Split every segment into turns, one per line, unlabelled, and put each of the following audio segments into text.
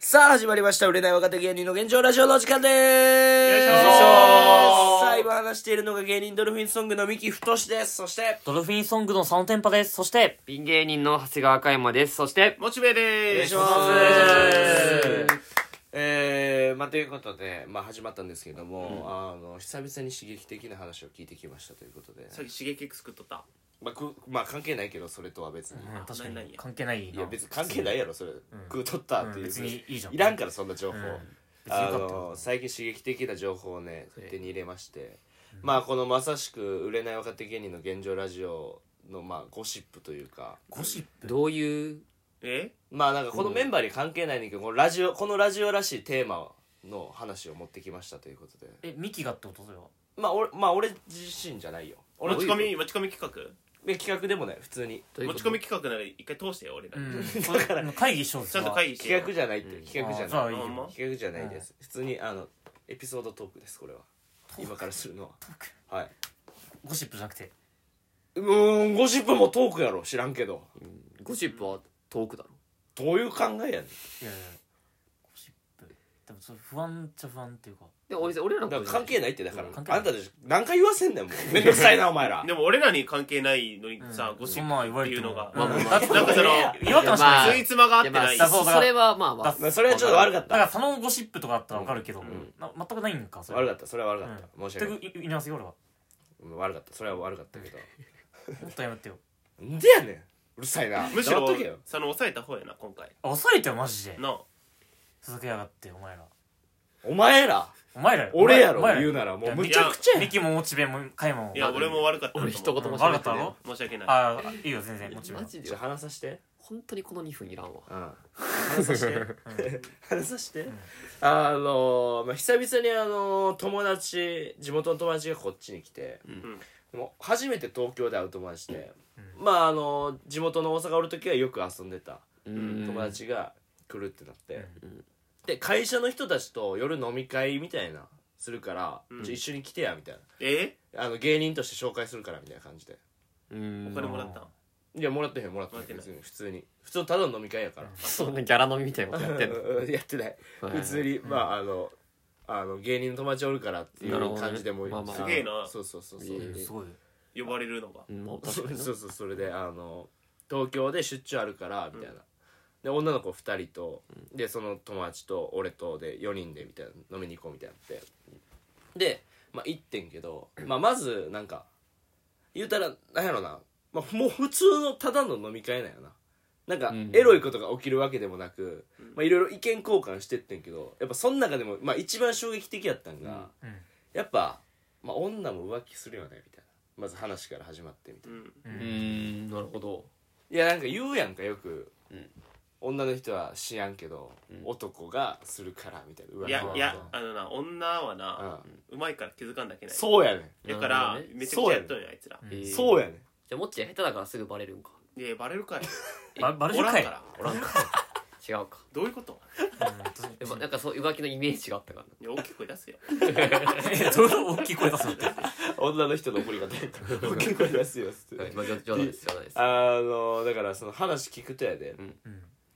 さあ、始まりました。売れない若手芸人の現状ラジオのお時間で
よい
ー
し
す
ょ。
さあ、今話しているのが芸人ドルフィンソングの三木太志です。そして、
ドルフィンソングのサノテンパです。そして、
ピン芸人の長谷川嘉山です。そして、
モチベでーす。
お願いしま。
お願いします
えー、まあ、ということで、まあ、始まったんですけども、あの、久々に刺激的な話を聞いてきましたということで、
さっき刺激 X 食っとった。
まあ、くまあ、関係ないけど、それとは別に。
うん、確か
何々
に関係ない
い
な
や、別に関係ないやろ、それ。食うとったっていう。
うん別にいいじゃん
いらんから、そんな情報。
別に
あ
よかったよ
の最近刺激的な情報をね手に入れまして、まあこのまさしく売れない若手芸人の現状ラジオのまあゴシップというか
ゴシッ
どういう、
え
まあなんかこのメンバーに関係ないねんだけどこのラジオこのラジオらしいテーマの話を持ってきましたということで
プえ、ミキがってことだよ。
まあ俺,、まあ、俺自身じゃないよ俺
持ち込み、持ち込み企
え企画でもない普通に
画
どういう
持
こ
ち
と
込み企画なら一回通してよ、俺ら
う。ん。
だから
会議しよう
ちゃんと会
議。
議してよ。
企画じゃないって、企画じゃ
あじゃ
な
あ
い
いいよ
ほんま
企画じゃないです、普通にあのエピソードトークですこれは今からするのははい
ゴシップじゃなくて。
うーんゴシップもトークやろ知らんけど
ゴシップはトークだろ。
どういう考えやねん
いやいやゴシップ。でも、それ不安っちゃ不安っていうか。
で、俺俺らの
だ
こ
か
と
ら
じ
関
ゃない
係ないってだから、
うん関係な
あ
い
んたでし何回言わせんねんも うめんどくさいなお前ら
でも俺らに関係ないのにさ、ゴシ
そん
ッ
なん言
プっ
わ
て
れ
いう
て
の
も
が。
まあまあ
だってだから
いや違和感しか
ま
な
あ
そ
い
い。つまが合っ
い
て
やま
な
あ
い。
さそう
そそれはまあま
だ
あ
っ。
まあそれはちょっと悪かっ
だか
た
ら、そのゴシップとかだったらわかるけど、な全くないんか、それ。
悪かったそれは悪かった、
うん
申し訳ない
全くいいりますよ、俺は。
うん悪かったそれは悪かったけど
もっとやめてよ。
なんでやねんうるさいな
むしろ
黙っとけよ、
その抑えた方やな、今回。
あ抑えてよ、マジで。
なあ
続けやがって、お前ら。
お前ら
お前らよ
俺やろ
お前ら
言う
よ
ならもう
いや
むちゃくちゃや
ミキもモチベも、カイマも。
いや、俺も悪かったなと思う。
俺一言も
うん悪
しな
か
い
ったろ
申し訳ない。
ああ、いいよ、全然、モチベ
マ。ジ
じ
で
ゃあ、話させて
本当にこの2分いらんわ。
うん話させ て
うん
話さして、あのまあ、久々にあの友達地元の友達がこっちに来て、
ん
でも初めて東京で会う友達で、まああの地元の大阪おる時はよく遊んでた
うん
友達が来るってなって、で会社の人たちと夜飲み会みたいなするから、ちょ一緒に来てやみたい
え
なあの芸人として紹介するからみたいな感じで
うん
お金もらったん
いやもらってへんもらってへん
もらってな
別
い
に普通に普通のただの飲み会やから、
そんなギャラ飲みみたいなことやってんの。
うん やってない
はい
普通にまああのあの芸人の友達おるからってい
なるほ
う
どね
感じでも
まあまあ
の
すげえな
そうそうそうそう
いえいえ
すごい。
呼ばれるのが。
うんまあ
そ
確か
う
にな
そうそうそれであの東京で出張あるからみたいな、で女の子2人とでその友達と俺とで4人でみたいな飲みに行こうみたいになってでまあ行ってんけど、まあ、まずなんか言うたらなんやろな、まあ、もう普通のただの飲み会なんやななんか
ん
エロいことが起きるわけでもなく、まあ、いろいろ意見交換してってんけどやっぱその中でも、まあ、一番衝撃的やったんが、
うん
やっぱ、まあ、女も浮気するよねみたいなまず話から始まってみたいな
うん。
うん、なるほど。
いやなんか言うやんかよく、
ん
女の人は知らんけど、男がするからみたいな浮
い
気の
や
こと
いやあのな女はな
う
うまいから気づかんだけない
そうやね
だから
なるほどね
めちゃくちゃやっとんよあいつら
え
ん
ー
そうやね
じゃあ、もっちが下手だからすぐバレるんか。
いやバレるかよ
ババレ
お
る
らん
かい
から
おらんか。違うか。
どういうこと
やっぱなんかそう、浮気のイメージがあったからない
や大きい声出すよ
えどういう大きい声出すのって
ん女の人の怒り方やから 結構出すよっつっ
はい
て
まあ冗冗談です、冗談です。
あのだからその話聞くとやで、
ん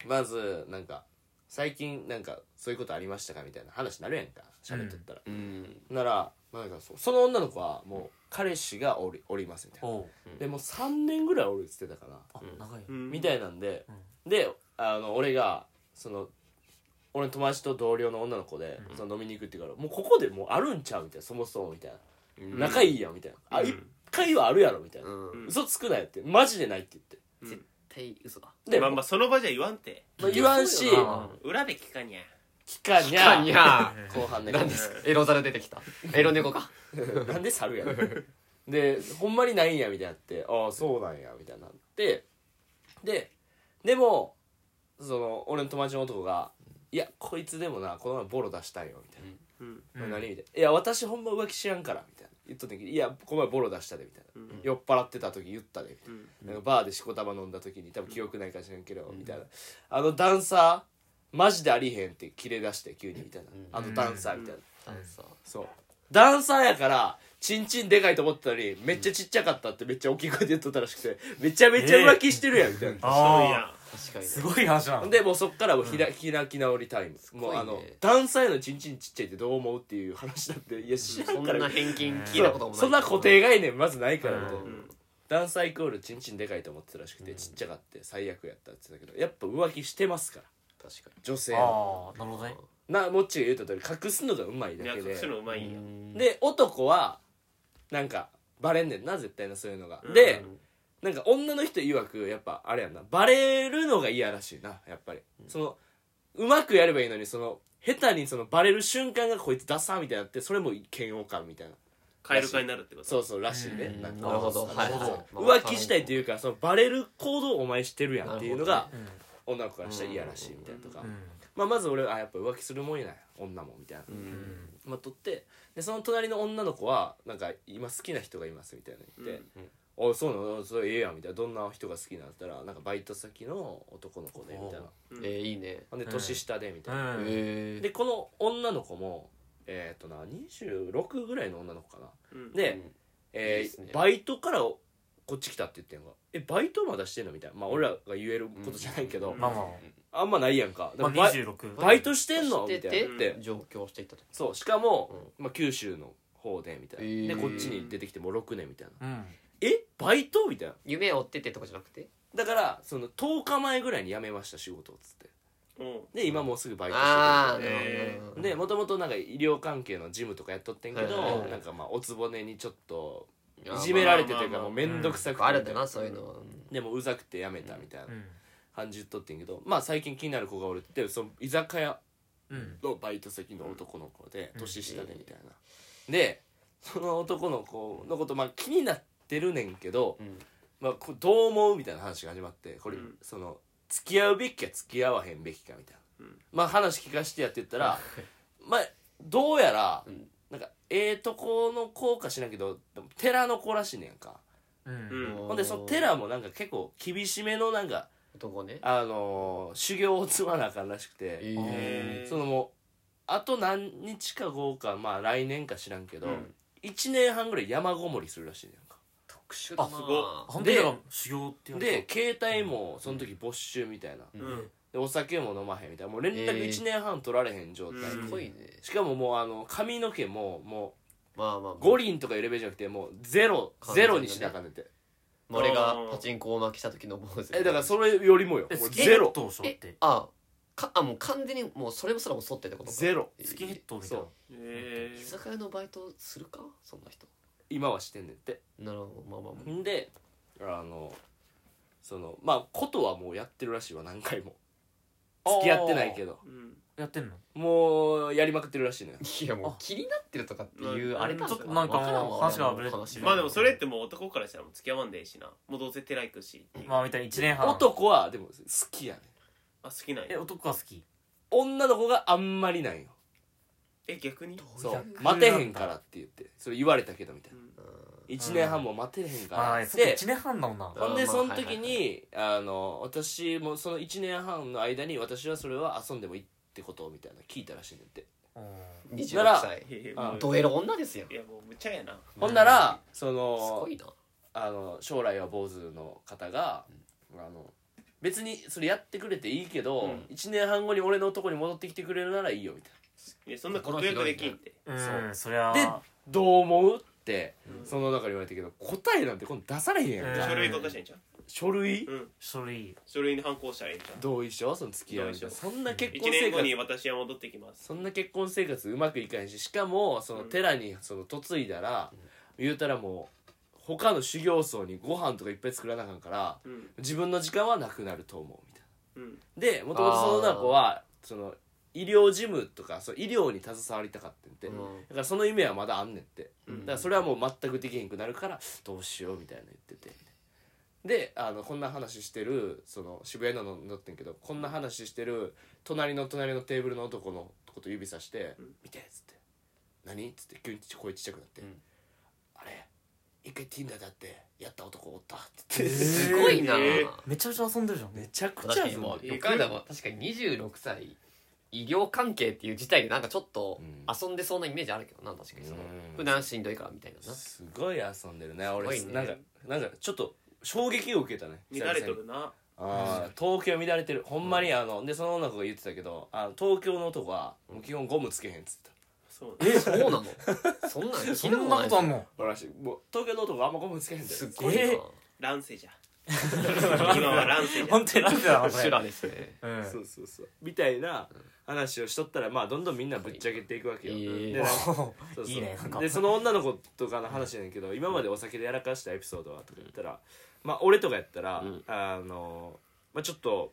まずなんか最近なんかそういうことありましたかみたいな話になるやんか喋っとったら、
うん。
ならなんかそその女の子はもう彼氏がおりおりますみたいな
おう
でもう3年ぐらいおるっつってたから
あ長い
うん
みたいなんで、であの俺がその俺の友達と同僚の女の子で、その飲みに行くって言うからもうここでもうあるんちゃうみたいなそもそもみたいな、仲いいやんみたいな、あ一回はあるやろみたいな、
うん。
嘘つくなよってマジでないって言って
絶対嘘だ。
で、
まあまあその場じゃ言わんて
まあ言わんし
そうよ
裏で聞かにゃ
聞かに
か
ゃ
にゃ
後半ね
何ですかエロザル出てき たエロ猫か
なんで猿やね んでほんまにないんやみたいになってああそうなんやみたいになってででもその俺の友達の男が「いやこいつでもなこの前ボロ出したんよ」みたいな
う
「
ん
何?」みたいな「いや私ほんま浮気知らんから」みたいな言っとったけど「いやこの前ボロ出したで」みたいな、酔っ払ってた時言ったで」みたいな,、なんかバーでしこたま飲んだ時に多分記憶ないかもしれんけど、みたいな「あのダンサーマジでありへん」ってキレ出して急にみたいな「あのダンサー」みたいな。
ダンサー
そうダンサーやからチンチンでかいと思ってたのにめっちゃちっちゃかったってめっちゃ大きい声で言っとったらしくてめちゃめちゃ浮気してるやんみたいな、
そうい
あ
や
確かにね
すごい話な
ほ
の
んでもうそっからもうひら、開き直りタイム
ご
も
いうね
あの段差へのちんちんちっちゃいってどう思うっていう話だっていや知ら
そ
ん
ん
から
な偏見聞いたこともない
そんな固定概念まずないからみたいな、
うん
うん
ダンサーイコールチンチンでかいと思ってたらしくて、ちっちゃかって最悪やったって言ってたけどやっぱ浮気してますから
確か
女性は
ああなるほどね
なモッチーが言うた通り隠すのがうまい
いや
だけで
隠すのうまいんや
に
で男はなんかバレんねんな絶対なそういうのが、
うん
でなんか女の人曰くやっぱあれやんなバレるのが嫌らしいなやっぱり、そのうまくやればいいのにその下手にそのバレる瞬間がこいつダサーみたいになってそれも嫌悪感みたいな
カエル化になるってこと
そうそうらしいね
うん
なんか
なるほど
なるほど
はい
浮気したいというかそのバレる行動をお前してるやんっていうのが女の子からしたら嫌らしいみたいなとか、まあ、まず俺はあやっぱ浮気するもんやな女もみたいな、
うん
まあ、取ってでその隣の女の子はなんか今好きな人がいますみたいなの言って
うんうん
「おいそうなのそれええやん」みたいな「どんな人が好きなん?」ったら「なんかバイト先の男の子で」みたいな
えーいいね
ほんで年下でみたいな、
ん
え
でこの女の子もえっ、とな26ぐらいの女の子かな
うん
で、
うん
えー
いいっすね
バイトからこっち来たって言ってんが「えバイトまだしてんの?」みたいなまあ俺らが言えることじゃないけど、
うん
まあまあ
あんまないやんか、で
ま
も
あ
バイ
26
バイトしてんのみたいな
して
て
って
上京していったと
そうしかも、まあ、九州の方でみたいな、
えー
でこっちに出てきてもう6年みたいな
うん
えバイトみたいな
夢を追ってってとかじゃなくて
だからその10日前ぐらいに辞めました仕事っつって
うん
で今もうすぐバイト
ああ
して
なるほど
えー
なるほど
るでもともとなんか医療関係のジムとかやっとってんけど、
はいはいはい
なんかまあおつぼねにちょっと
いや
いじめられて
ま
と
あ
いう
ま
かも
あまあ
うめんどくさくて
あるんだなそういうのはうん
でもうざくて辞めたみたいな
うん
感じ言っとってんけど、まあ最近気になる子がおるってその居酒屋
うん
のバイト先の男の子で
うん
年下でみたいな、でその男の子のことまあ気になってるねんけど、
うん
まあ、こうどう思うみたいな話が始まってこれ、
うん
その付き合うべきか付き合わへんべきかみたいな、
うん
まあ話聞かしてやって言ったらまあどうやら、
うん
なんかええとこの子かしらんけどでも寺の子らしいねんか
うん
うん
ほんでその寺もなんか結構厳しめのなんか
男ね
あのー修行を積まなあかんらしくて、
えー
そのもうあと何日か後かまあ来年か知らんけど、
うん
一1年半ぐらい山ごもりするらしいねんか
特殊だな
あ
すご
本当にだから修行って言われ
で
た
携帯もその時没収みたいな、
うん
うん
でお酒も飲まへんみたいなもう連絡
えー
1年半取られへん状態、
うん
すごいね
しかももうあの髪の毛もも
まあまあ
う五輪とかいうレベルじゃなくてもうゼロ、
完全
ゼ
なね
ロにしなあかんねんて
まあ俺がパチンコを負けした時の坊主
えだからそれよりもよ
え
もう
スキンヘ
ゼ
ッ
ロ
ドをしょっ
え
て
あかあもう完全にもうそれもそらもそってってことか
ゼロ
えー
スキンヘッドみたい
そ
な
う
え
居
ー
酒屋のバイトするかそんな人
今はしてんねんって
なるほどまあまあま
んであのそのまあことはもうやってるらしいわ何回も付き合ってないけど
うん
やってんの
もうやりまくってるらしいのよ
あいやもう気になってるとかっていう
あ
あれなん
ちょっとなんかもう話がぶれて
まあでもそれってもう男からしたらもう付き合わんでええしなもうどうせ寺行くし
まあみたいな1年半
男はでも好きやね
あ好きなん
え
や
男が好き
女の子があんまりなんよ
え逆に
そう
逆
待てへんからって言ってそれ言われたけどみたいな
うん
1年半も待てへんから
ああ
っ
そっか
て
1年半だもんな
ほんで
あーまあ
その時にあの私もその1年半の間に私はそれは遊んでもいいってことみたいな聞いたらしいねんって
うん
26歳
いやいや
あ
もう
ドエロ女ですよ
いやもうむちゃやな
ほんならそ
す
の
ごいな
あの将来は坊主の方が、あの別にそれやってくれていいけど、
うん
1年半後に俺のとこに戻ってきてくれるならいいよみたい
いやそんな確約できんって
うんそりゃ
なでどう思うって、
うん
その中で言われたけど答えなんて今度出されへんやんか、
うん
書類とかしてんじゃん
書類、
うん
書類
書類に反抗したらええんじゃん
同意書その付き合いみたいな
同意
そ
書
んな結
1
婚
年
生
後に
活
私は戻ってきます
そんな結婚生活うまくいかへんししかもその寺にその嫁いだら、言うたらもう他の修行僧にご飯とかいっぱい作らなあかんから
うん
自分の時間はなくなると思うみたいな。
うん
でもともとその女の子はその医療事務とかそう医療に携わりたかってんて、
うん
だからその夢はまだあんねんって、
うん
だからそれはもう全くできへんくなるからどうしようみたいな言っててであのこんな話してるその渋谷のの乗ってんけどこんな話してる隣の隣のテーブルの男のこと指さして「
うん
見て」っつって「何?」っつって急に声ちっちゃくなって「
うん
あれ一回 Tinder だってやった男お った」って言って、
えー
すごいな
え
めちゃめちゃ遊んでるじゃん
めちゃくち
確
ゃ
か
遊
に
んで
もう
る
よく考えたら確かに26歳医療関係っていう事態でなんかちょっと
うん
遊んでそうなイメージあるけどな確かにその
うん
普段しんどいからみたいなな
すごい遊んでるね俺
すごいね
なんかなんかちょっと衝撃を受けたね
見られとるな
あー東京乱れてるほんまにあのでその女の子が言ってたけどあの東京の男はもう基本ゴムつけへんっつってた
そう
えそうなのそんなん
そ
聞いた
んなこ
こ
ととあ
ない
んの
ほらしいもう東京の男はあんまゴムつけへん
です
す
よすっごいな
え
乱 世じゃ今は乱世じゃ
本当になんでだろうこ
修羅
れ
ですね
うん
そうそうそうみたいな話をしとったらまあどんどんみんなぶっちゃけていくわけよ、
はい
でな
えー
んかそう
お
そう
いいねなんか
でその女の子とかの話やねんけど今までお酒でやらかしたエピソードはとか言ったら、まあ俺とかやったら、
うん
あの、まあ、ちょっと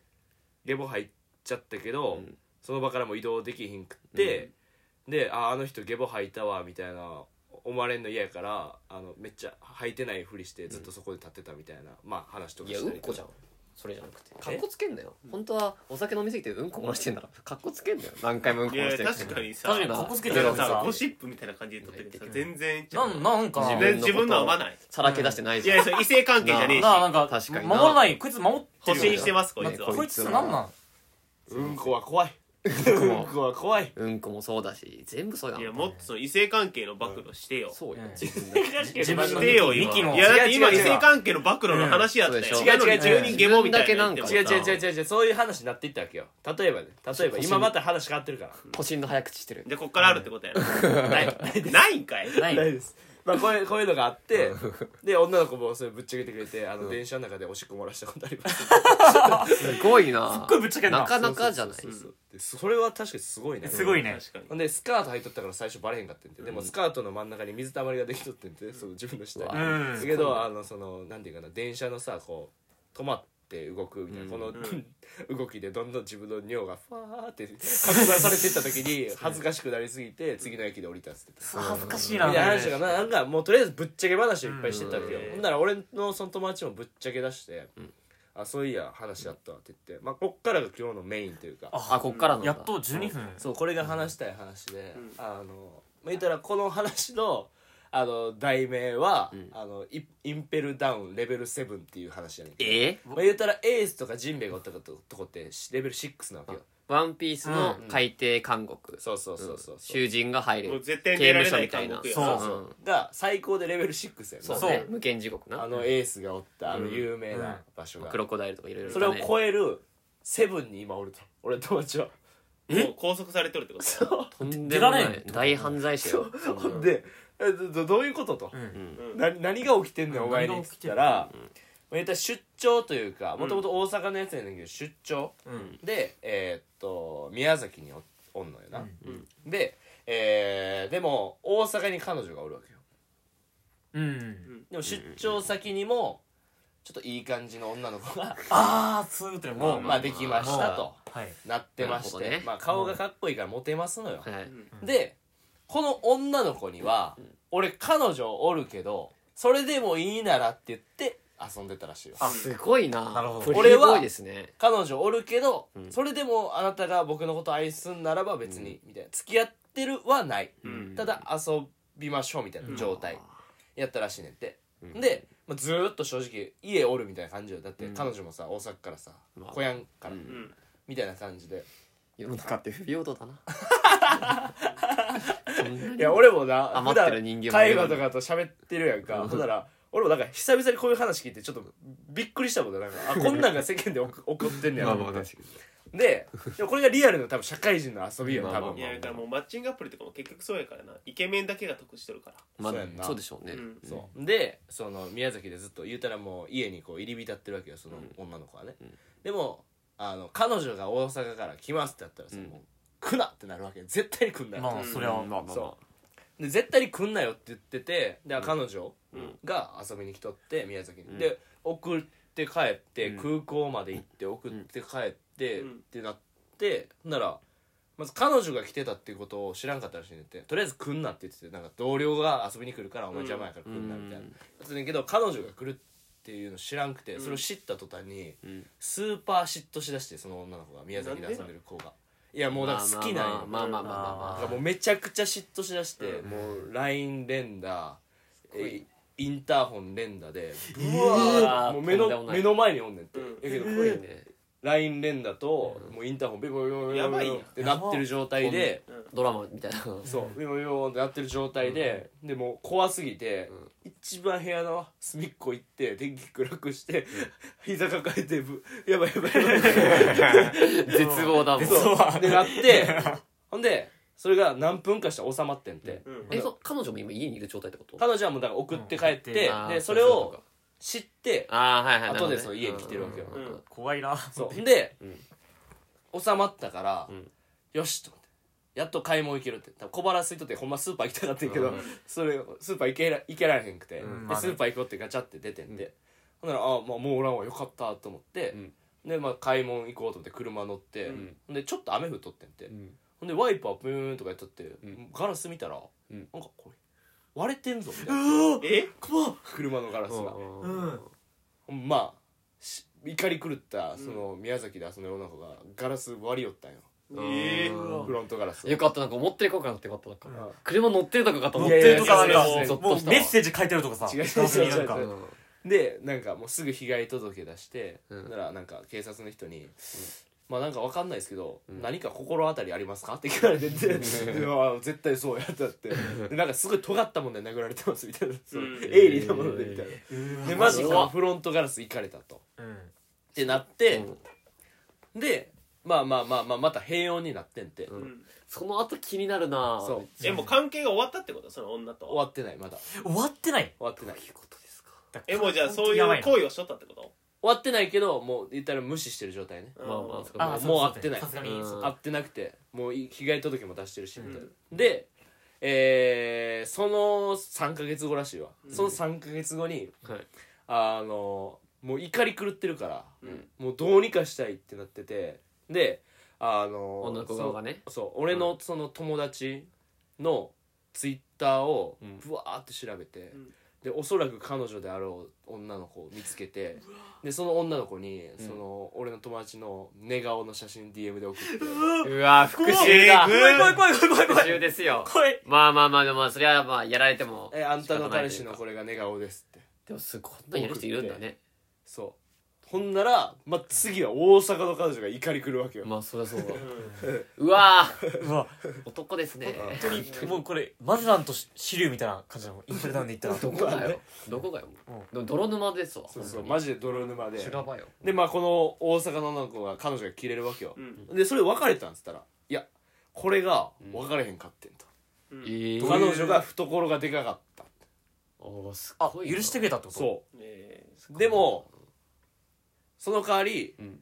ゲボ入っちゃったけど、
うん
その場からも移動できひんくって、でああの人ゲボ吐いたわみたいな思われんの嫌やからあのめっちゃ吐いてないふりしてずっとそこで立ってたみたいな、まあ話とか
いや
し
う
たり
ん
と
こ
か
じゃんそれじゃなくてかっこつけんなよ本当はお酒飲みすぎてうんこ漏らしてんだからかっこつけんなよ何回もうんこ
い
漏らし
や
て
確かにさ
確かに
な
かっこつけ
だ
て
か
るの
ら
に
さ
さ
ゴシップみたいな感じで撮ってるけどさ全然ちゃ
な
うん
なんか
自
全
分
然自分のは合わない
さらけ出してない
い
じゃん
やそれ異性関係じゃねえし
なあなんか
確かにな
守らないこいつ守って
保
るよ
身してますこいつは
ね
こいつなんなん
うんこは怖い
うんこ
うん
も
こは怖い
うんこもそうだし全部そうだ
い
もん
やもっとその異性関係の暴露してよ
そうよ
うん
自分で
自分
の
してよ今
ミキの
いやだって今
違う
異
違う違う
性関係の暴露の話やったよ
うんそう
でしょ
なのに
違う違う違う
急にゲモみたいなの言って
自
違う
もさ
違う違う違う違うそういう話になっていったわけよ例えばね例えば今また話変わってるから
腰の早口してる
でこっからあるってことやなないないんかい
ない
ないです。まあこういうこういうのがあって、 で女の子もそれぶっちゃけてくれて、あの電車の中でおしっこ漏らしたことあります。
すごいな
すっごいぶっちゃけんな
なかなかじゃない
そうそうそうでそれは確かにすごいね。
すごいね
確かに
ほんでスカート履いとったから最初バレへんかってんて、でもスカートの真ん中に水たまりができとってんて、その自分の下に。
う
わ
だけどあのそのなんていうかな電車のさこう止まって動くみたいな、この、動きでどんどん自分の尿がファーって拡散されていった時に恥ずかしくなりすぎて次の駅で降りたっつってた。
恥ずかしいな
みたいな話がななんかもうとりあえずぶっちゃけ話をいっぱいしてたわけよ、
うん
ほんなら俺のその友達もぶっちゃけ出して「
ん
あそういや話あったわ」って言って、まあ、こっからが今日のメインというか
あ
あこっからなんだ
やっと12分
そうこれが話したい話で、
うん
あのまあ言ったらこの話のあの題名は、
ん
あのイインペルダウンレベル7っていう話やねんけど、
え
まあ、言ったらエースとかジンベエがおったとことこってしレベル6なわけよ
ワンピースの海底監獄
そうそうそうそうそう、
囚人が入れ
も
る
う
刑
絶対出ら
務
れ
所
な
み
い監
たいな
獄や
そう
う
そ
ん
が最高でレベル6やんな
そうね無間地獄
あ
な
のエースがおったあの有名
うん
な場所が、
クロコダイルとかいろいろ
それを超えるセブンに今おると俺の友達は
もう拘束されとるってことだよ
とんでもな
出られん
い大犯罪者よそんな
ほんでえどどういうことと
う、ん
うん
な何が起きてんねん
うん
お前に
何
っ
が
つ
起
っ
きてん
た
の
ら、まあ言ったら出張というかもともと大阪のやつやねんけど出張
うん
でえーっと宮崎におおんのよな、
うん
で、えーでも大阪に彼女がおるわけよ
うん
でも出張先にもちょっといい感じの女の子が、
ああそういうことねもう
まあ、できましたと
はい
なってまし
なる
て、
ほどね
まあ、顔がかっこいいからモテますのよ、
は
う
い
ん
でこの女の子には、俺彼女おるけどそれでもいいならって言って遊んでたらしいよ
あ
すごいな
なるほど
プレイボーイですね
彼女おるけど、
ん
それでもあなたが僕のこと愛すんならば別に、みたいな付き合ってるはない、
うん
ただ遊びましょうみたいな状態やったらしいねんて、で、まあ、ずーっと正直家おるみたいな感じよだって彼女もさ大阪からさ、
まあ
小屋んから、
うん
うん
みたいな感じで
世の中って不平等だなそんないに
や俺もな
余
普
って
段
る人間もい
海
るの
馬
に
とかと喋ってるやんかほんなら俺もなんか久々にこういう話聞いてちょっとびっくりしたもんな なんかあこんなんが世間で起こ起こってんねやろ思ってででもこれがリアルの多分社会人の遊びよ
まあ
多
まあ
分
いやだからもうマッチングアプリとかも結局そうやからなイケメンだけが得してるから
まあ
そうやんな
そうでしょうね
うん
そうでその宮崎でずっと言うたらもう家にこう入り浸ってるわけよその女の子はね、でもあの彼女が大阪から来ますってなったらさ、
うん
もう来なってなるわけよ絶対に来んなよ、
まあそれは
うんまあまあま
そ
あ
うで絶対に来んなよって言っててで彼女
うん
が遊びに来とって宮崎に、
うん
で送って帰って、
うん
空港まで行って送って帰って、
うん
ってなってほんならまず彼女が来てたっていうことを知らんかったらしいねんてとりあえず来んなって言っててなんか同僚が遊びに来るからお前邪魔やから来んなみたいな、
うん
だったんだけど彼女が来るっていうの知らんくて、それを知った途端に
うん
スーパー嫉妬しだしてその女の子が宮崎で遊んでる子がいやもうだから好きなんよ、
まあまあまあま
だ
あま
か
あ
らもうめちゃくちゃ嫉妬しだして、もう LINE 連打えインターホン連打でうわー
えー
もう目
とんで
の
もない
目の前におんねんって、
うん
やけど
すごいね
ライン連打と、もうインターホンビボビボビボビボってなってる状態で
ドラマみたいな
そうビボビボってなってる状態で、でもう怖すぎて、一番部屋の隅っこ行って電気暗くして、膝抱えてぶやばいやばいやばい
絶望だもん
そうでなってほんでそれが何分かしたら収まってんて、
うん
えそう彼女も今家にいる状態ってこと
彼女はもうだから送って帰って、
うん
あー
でそれ
ういうこ
を
とか
知って
ああはいはい
後でその家に来てるわけよ
うん
怖いな
そうで、
うん
収まったから、
ん
よしと思ってやっと買い物行けるって多分小腹空いとってほんまスーパー行きたかったんやけど、
うん
それスーパー行けら行けられへんくて、
うん
で
まあね
スーパー行こうってガチャって出てんで、ほんならあー、まあ、もうおらんわよかったと思って、で、まあ、買い物行こうと思って車乗って、
うん
ほんでちょっと雨降っとってんて、
うん
ほんでワイパーブーンとかやっとって、
ん
ガラス見たら、
うん
なんかこれ割れてんぞみたいな、
え怖っ
車のガラスが、
うん
まあし怒り狂ったその宮崎で遊んでる女の子がガラス割り寄ったんよ、
ええ
うん
フロントガラスを
よかったなんか持っていこうかなってよかったなんか
うん
車乗ってるとかかと
乗
思
っ
ってて
るとか
いやいや
ないん
や
か
ゾッと
も
し
う
たわ
メッセージ書いてるとかさ
違う違う違う
ガラスになんか
違う違うでなんかもうすぐ被害届出して、
うん
ならなんか警察の人に、まあなんかわかんないですけど、
うん
何か心当たりありますか?」って聞かれ てて「いや絶対そうや」ったってでなんかすごい尖ったもんで殴られてますみ たいな、そう
うん
鋭利なものでみたいな、
うわ
でマジ
うわ
かフロントガラスいかれたと
うん
ってなって、でまあまあまあまあまた平穏になってんて、
うん
うん
その後気になるな
そう
えもう関係が終わったってことその女と
終わってないまだ終
終わってない
わってない終
いうことですか
えもうじゃあそうい
やばいうな
行為をしとったってこと
わってないけどもう言ったら無視してる状態ね
うん
まあまあそ
あ
こ
もう
そ
会ってない
さすがに
うん
そう
会ってなくてもう被害届も出してるし
う
み
ん
たいな、
う
で、えーその3ヶ月後らしいわ、その3ヶ月後に
はい
あのもう怒り狂ってるから、
うん
もうどうにかしたいってなっててであの
女の子側がね
そそう俺のその友達のツイッターを
うん
ぶわーって調べて、
うん
でおそらく彼女であろう女の子を見つけてでその女の子に
うん
その俺の友達の寝顔の写真 DM で送って
うわ復讐だ
えー
怖い怖い怖い怖い
復
怖
讐
い
ですよ
怖い
まあまあまあでもそれはまあやられても
「えあんたの彼氏
仕方
の
ないというか
これが寝顔です」って
でもすごいこんなんやる人いるんだね
そうほんなら、まあ、次は大阪の彼女が怒り来るわけよ、
まあそりゃそうだ
うん
うわ
うわ
ー男ですね
もうこれマゼランと支流みたいな感じだもんインフルダウンでいったら
どこだよどこがよ
うん
でも泥沼ですわ
そうそう
本
マジで泥沼
当
で
に修羅場よ
でまあこの大阪の女の子が彼女が切れるわけよ
う、ん
でそれ別れたんっつったら「いやこれが分かれへんかってん」と、
うん
ええ
どういう
彼女が懐がでかかった
おーす
あ
ごいな
許してくれたってこと
そ
えー
うでもその代わり、
うん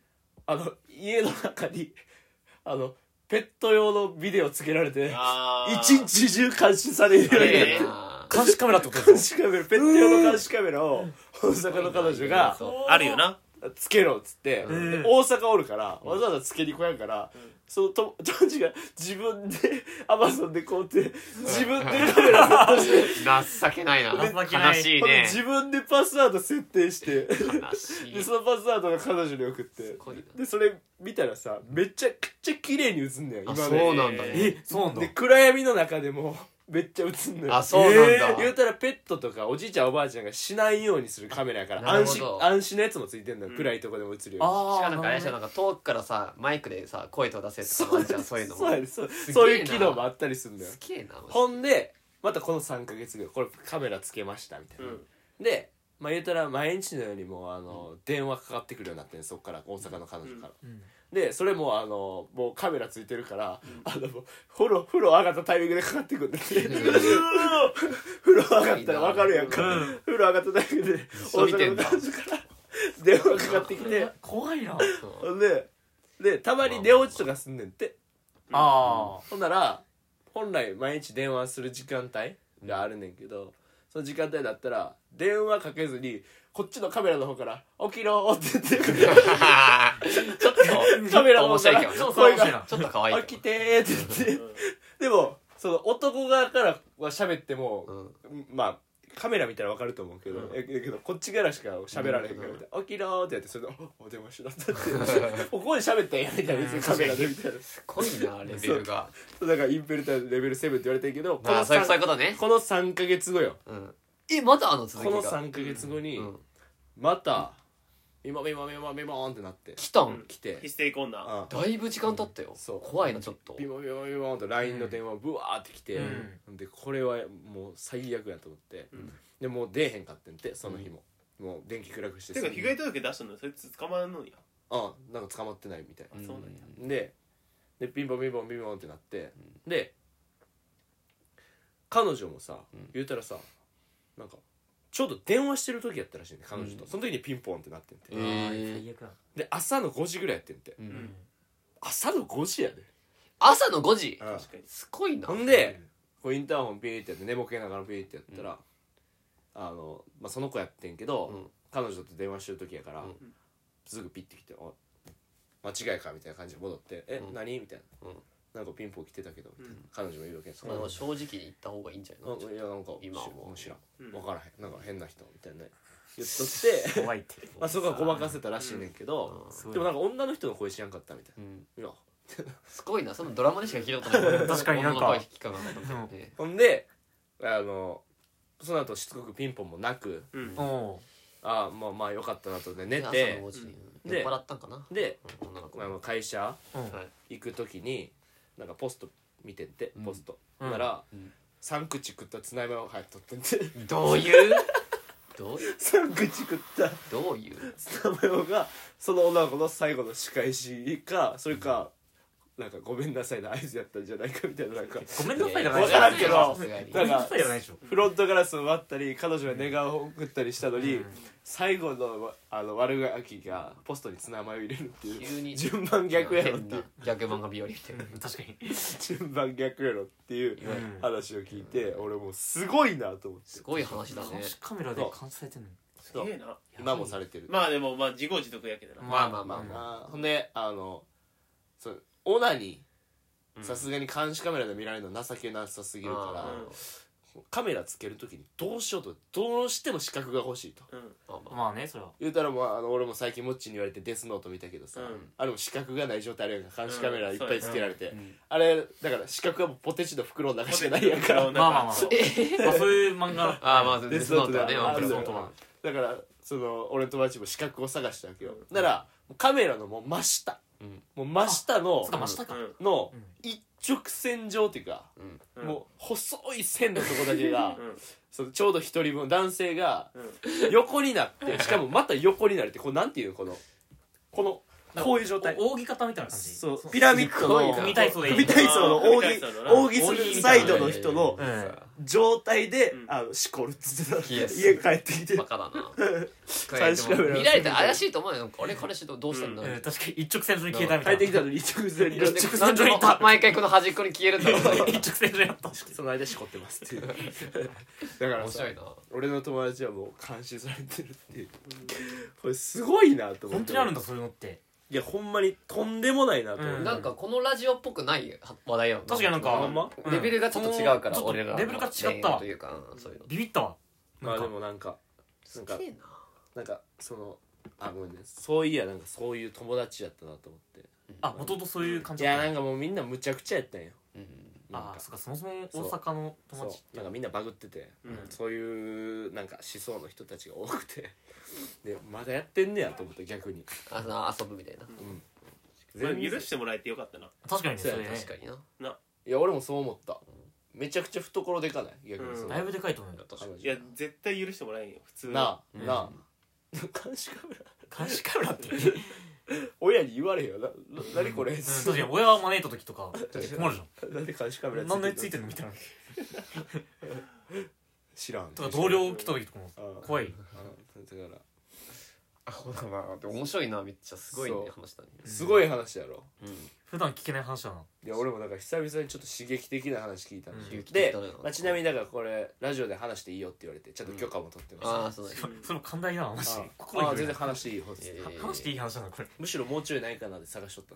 あの家の中に あのペット用のビデオつけられて
あー
一日中監視されるようになっ
え
た
え
あ
監視カメラってこと
監
でし
視カメラペット用の監視カメラを大阪の彼女が
そう
あるよな
つけろっつって、
ん
で大阪おるからわざわざつけに来やんから、そのと 当時が自分でアマゾンでこうやって自分でカメラセットして
情けないな
情けない
悲しい
ほんで
ね
自分でパスワード設定して
悲し
で
い
そのパスワードが彼女に送って
ごいな
でそれ見たらさめちゃくちゃ綺麗に映んだよ
あ
今
そう
ね
なんだ
ょ
ね
えそうなんだ
で暗闇の中でもめっちゃ映んのよ
あそうなんだ
えー言うたらペットとかおじいちゃんおばあちゃんが死ないようにするカメラやから
なるほ
安心
ど
安心のやつもついてんのよ
うん
暗いとこでも映るように
し
あ
か
あ
もなんかあれでしょなんか遠くからさマイクでさ声とか出せるとかあるじゃんそういうのも
そうや
す
ねそう
げえな
そういう機能もあったりするんだよ
げえな
ほんでまたこの3ヶ月後これカメラつけましたみたいな、
う
でまあ言うたら毎日のようにもうあの、電話かかってくるようになってんそっから大阪の彼女から、
うん
でそれもあのもうカメラついてるから、あのもう風呂風呂上がったタイミングでかかってくるんだって 風呂上がったら分かるやんか、
うん
風呂上がったタイミングで大
そう見て
阪の
んだ
彼女から電話かかってきて
怖いな
ほんででたまに寝落ちとかすんねんって
あ
ほんなら本来毎日電話する時間帯があるねんけど、その時間帯だったら電話かけずにこっちのカメラの方から「起きろ!」って言って
ちょっと
カメラの
面
方か
白い
ら
けどな
そうそう
声
面白い
が
な
ちょっと可
「
愛いけど
起きて!」って言って
ん
でもその男側からは喋っても、
うん
まあカメラ見たらわかると思うけど、
うん
ええけどこっちからしか喋られへんからみたいな「起きろ!」ってやってそれでお「お出ましだった」って 「ここで喋ったんや」みたいな別にカメラでみたいな
すごいなレベルが
そうだからインペルタレベル7って言われてるけどこ
ま
の
あそういう
三
そういうことね
この3か月後よ
うんえまだあの続
この
きが
3か月後に
うん
また今今今今今ってなって
来た
うんん
来て
ヒステリコーナー
あ
だいぶ時間経ったよ
そう
怖いなちょっと
ビモビモビモンと LINE の電話ブワーって来て、でこれはもう最悪やと思って、
うん
でもう出えへんかってんてその日も、もう電気暗くして
てか被害届出したのにそれ捕まらんのや
あなんか捕まってないみたい
あそうなんや
なででピンポンピンポンピンポンってなって、で彼女もさ、
うん
言うたらさなんかちょうど電話してる時やったらしいね彼女と、
うん
その時にピンポンってなってんて、
うん
あー
えー
最悪だ
で朝の5時ぐらいやってんて、
う
うんん
朝の5時やで、
朝の5時
確かに
すごいな
ほんでこうインターホンピーってやって寝ぼけながらピーってやったら、あのまあ、その子やってんけど、
うん
彼女と電話してる時やから、
うん
すぐピッて来て「お間違いか」みたいな感じで戻って「え、
うん
何?」みたいな、
うん
なんかピンポン来てたけど、
うん
彼女も言うわけです
まあ正直に言った方がいいんじゃないの
いやなんか
今は
しもう知らん
うん
分からへんなんか変な人みたいなね言っとって
怖いって
まあそこはごまかせたらしいねんけど、
うん
すごい
でもなんか女の人の声知らんかったみたい
うん
な、いや
すごいなそのドラマでしか聞いたことない
確かになんか
この声聞かなかったもんね
ほんであのその後しつこくピンポンもなく
うん
おお
ああまあまあよかったなとで寝
朝の
て
5時に
で
酔っ払ったんかな
で、
うん女の子
まあまあ、会社
うん
はい
行く時になんかポスト見てって
うん
ポスト、
うん
なら、
うん
三口食ったつなぎを入っとってんて
どういう どういう
三口食った
どういう
スタメオがその女の子の最後の仕返しかそれか、なんかごめんなさいの合図やったんじゃないかみたいななんか
ごめんなさいじゃない
わからんけど
ご
な
め
ん
ん
か
なさいじゃないでしょ
フロントガラスを割ったり彼女が寝顔を送ったりしたのに、
うん
最後のあの悪ガキがポストにツナマヨ入れるって
急
いう
に
順番逆やろって
変
い
な
う
逆漫画日和みたいな
うん確かに
順番逆やろっていう
いわゆる
うん
話を聞いて俺もうすごいなと思って
すごい話だね
監視カメラで監視されてんの
すげえな
今もされてる
まあでもまあ自業自得やけどな
まあまあまあまあ
あーほんであのそうオナに
うん
さすがに監視カメラで見られるの情けなさすぎるから
あ、
カメラつける時にどうしようとどうしても資格が欲しいと
うん
まあまあ
まあねそれは
言うたらもうあの俺も最近モッチーに言われてデスノート見たけどさ、
うん
あれも資格がない状態あるやんか監視カメラいっぱいつけられて、
ん
あれだから資格はもうポテチの袋の中しかないやんか
ポテチの袋の
まあまあまあ
そう
まあそういう漫画
ああまあデ
デ
ス
スノ
ノ
ート
ートは
は
ね
ね
ワン
あ
プ
る
レス
だよ
ノートは
だからその俺の友達も資格を探したわけよ、だからカメラのもう真下、
うん
もう真下の
つか真下か
うん
の
うん
一直線上っていうか、
うん
うん
もう細い線のとこだけが、
うん
そのちょうど一人分男性が
うん
横になってしかもまた横になるってこうなんていうのこのこのこういう状態
お扇形みたいな感じ
そうピラミッドの
組体操でいい
組体操の
組
扇
体操のな
扇するサイドの人の
うん
状態で
うん
あのしこるっつってた
いや
家帰ってきて
バカだな
監視カメラ
見られて怪しいと思うよなんかあれ彼氏どうしたんだろう
うん確かに一直線上に消えたみ
帰
た
って
い
き
な
たのに一直線に
一直
なん
線
で
上にいた
毎回この端っこに消えるんだろ う
一直線上にあった
その間しこってますっていうだから
面
さ
白いな
俺の友達はもう監視されてるっていうこれすごいなと思って
本当にあるんだそういうのって
いやほんまにとんでもないなと思って、
うん
なんかこのラジオっぽくない話題やもん
確かになんか
ほんま
うん
レベルがちょっと違うから
ちょっと
俺らの
レベルが違ったわ
というかうんそういうの
ビビったわ
まあ
なん
で
か
もなんかなんか
すげえな
なんかそのあごめんねそういやなんかそういう友達やったなと思っ
あ元々そういう感
て
じ
いや
だっ
なんかもうみんなむちゃくちゃやったんよ
うん
た
なん
あ
か
あそっかそもそも大阪の友
そ
達
うなんかみんなバグってて、
うん
そういうなんか思想の人たちが多くてでまだやってんねやと思って逆に、
あの遊ぶみたいな
うん、
まあ
全然
許してもらえてよかったな
確かにね
そう
そ
や
れね
確かにない
や俺もそう思っためちゃくちゃ懐でかない逆にその、
うん
だいぶでかいと思うんだ
確かに
いや絶対許してもらえんよ普通
なあ、
うん
なあ、 監視カメラ
監視カメ ラってうん確
親に言われへんよなな何これ、
かに親を招いた時とか困る じ
なんで監視カメ
ゃ
ラ
ん何でつい
て
て
ん
んのみたいな
知らん
とか同僚来た時とかも
うん
怖い
うんだから
あほだなでも面白いなめっちゃすごいね
そう
話だね
すごい話やろ
うん
普段聞けない話だない
や俺もだから久々にちょっと刺激的な話聞いたんで、
う
で
ん刺激的だねなんか
まあ、ちなみにだからこれラジオで話していいよって言われてちゃんと許可も取って
あ
ま
あそうだね
うん
それも寛大だなマジ
す、
で
ああ
心
全
広
然
い
話していい方です、
え
は話していい話だなこれ
むしろもうちょいないかなで探しとった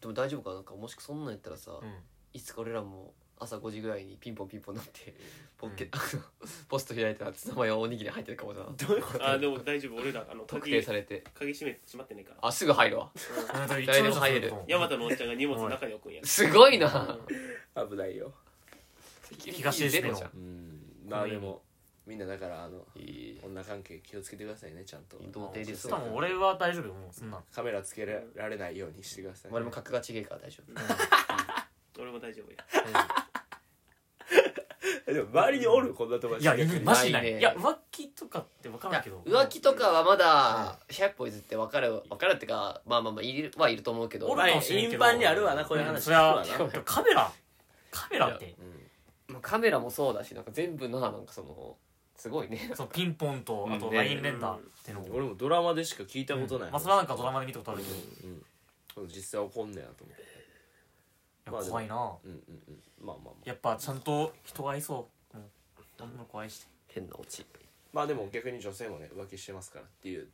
でも大丈夫かなんかもしくそんなんやったらさ
うん
いつか俺らも朝5時ぐらいにピンポンピンポンなってポッケ、 ポスト開いたらツナマヨおにぎり入ってるかもな
どういうこ
あでも大丈夫俺らあの
特定
鍵
されて
鍵閉めてしまってねえから
あすぐ入るわ
あでも一
誰で
応
も入れる
そうだと思う
ヤマタのおっちゃんが荷物の中に置くんや
すごいな
と危ないよ
セキュリティ
東出
ゼ
の
ロじゃん
うんまあでもみんなだからあの
いい
女関係気をつけてくださいねちゃんと
童貞です
しかも俺は大丈夫よもうそんなの
カメラつけられないようにしてください、
俺も格が違えから大丈夫
俺も大丈夫や
でも周りにおるこんな友
い
達
や
逆に
マジない
ないね
いや浮気とかって分か
い
らん
や
けど
浮気とかはまだ100歩譲って分かる分かるっていうかまあまあまあいるはいると思うけど
おる
まあ
かもしれんけど
頻繁にあるわなこういう話
んそりゃ
聞くわ
カメラカメラって
まあカメラもそうだしなんか全部のなんかそのすごいね
そうピンポンと
うん
あと
ね
ラインレンダーってのを
うん俺もドラマでしか聞いたことない、
まあそれはなんかドラマで見たことあるけど
うんうん、実際怒んねやと思ってまあ
いや
でも
怖いな
うんうんうんまあまあまあ
やっぱちゃんと人がいそううん女の子愛して
変なオチ
まあでも逆に女性もね浮気してますからっていう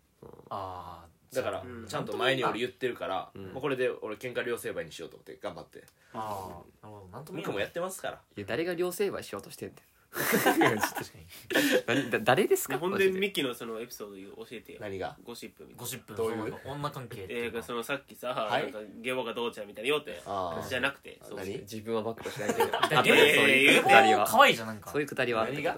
ああ
だから
うん
ちゃんと前に俺言ってるから、
うん
まあ、これで俺喧嘩両成敗にしようと思って頑張って
ああなるほどなんとも
僕もやってますから
いや誰が両成敗しようとしてん
ない確かに
だ誰です
日
か
本でミキのそのエピソードを教えてよ
何が
ゴシップみた
ゴ
いな
シップ
どういう
その女関係ってい
え
う
ー、
か
そのさっきさ、
はい
なんかゲボがどうちゃんみたいに言おうって
あー
じゃなくてそう
何
自分は暴露しないけどあ
だ
そういう
ゲ
く
ボ
だりは
可愛いじゃんなんか
そういうくだりはあったけど
何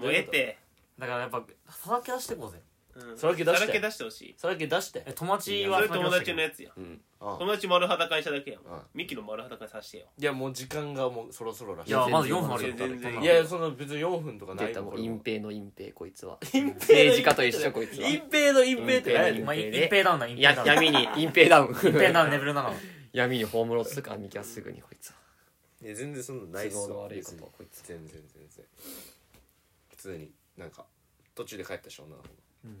もうええって
だからやっぱさらけ出してこうぜ
うん
さらけ出して
さらけ出してほしい
それだけ出して
え友達
そ
は
れ友達のやつや
うん
ああ
友達丸裸にしただけやも
うん
んミキの丸裸にさしてよ
いやもう時間がもうそろそろらしい
いやまだ4
全然
分あるよ
全然
こんない
やいやそんな別に4分とかない
出たもう隠蔽の隠蔽こいつは
隠
政治家と一緒こいつは
隠蔽の隠蔽って何やね
お
ん
隠
前一平ダウンだ一
い
平ダ
や
ウン
闇に隠蔽ダウン
一平ダウンレベルなの
闇に葬ろうとするからミキはすぐにこいつはい
や全然そんなないっ
都
す
合の
よ
悪いことをこいつ
全然全然普通になんか途中で帰ったし女の子が
うん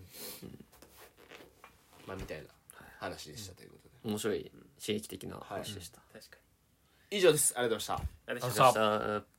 まあみたいな話でしたということで
面白い刺激的な話でした、
確か
以上ですありがとうございました
に
あ
私
さ
さあ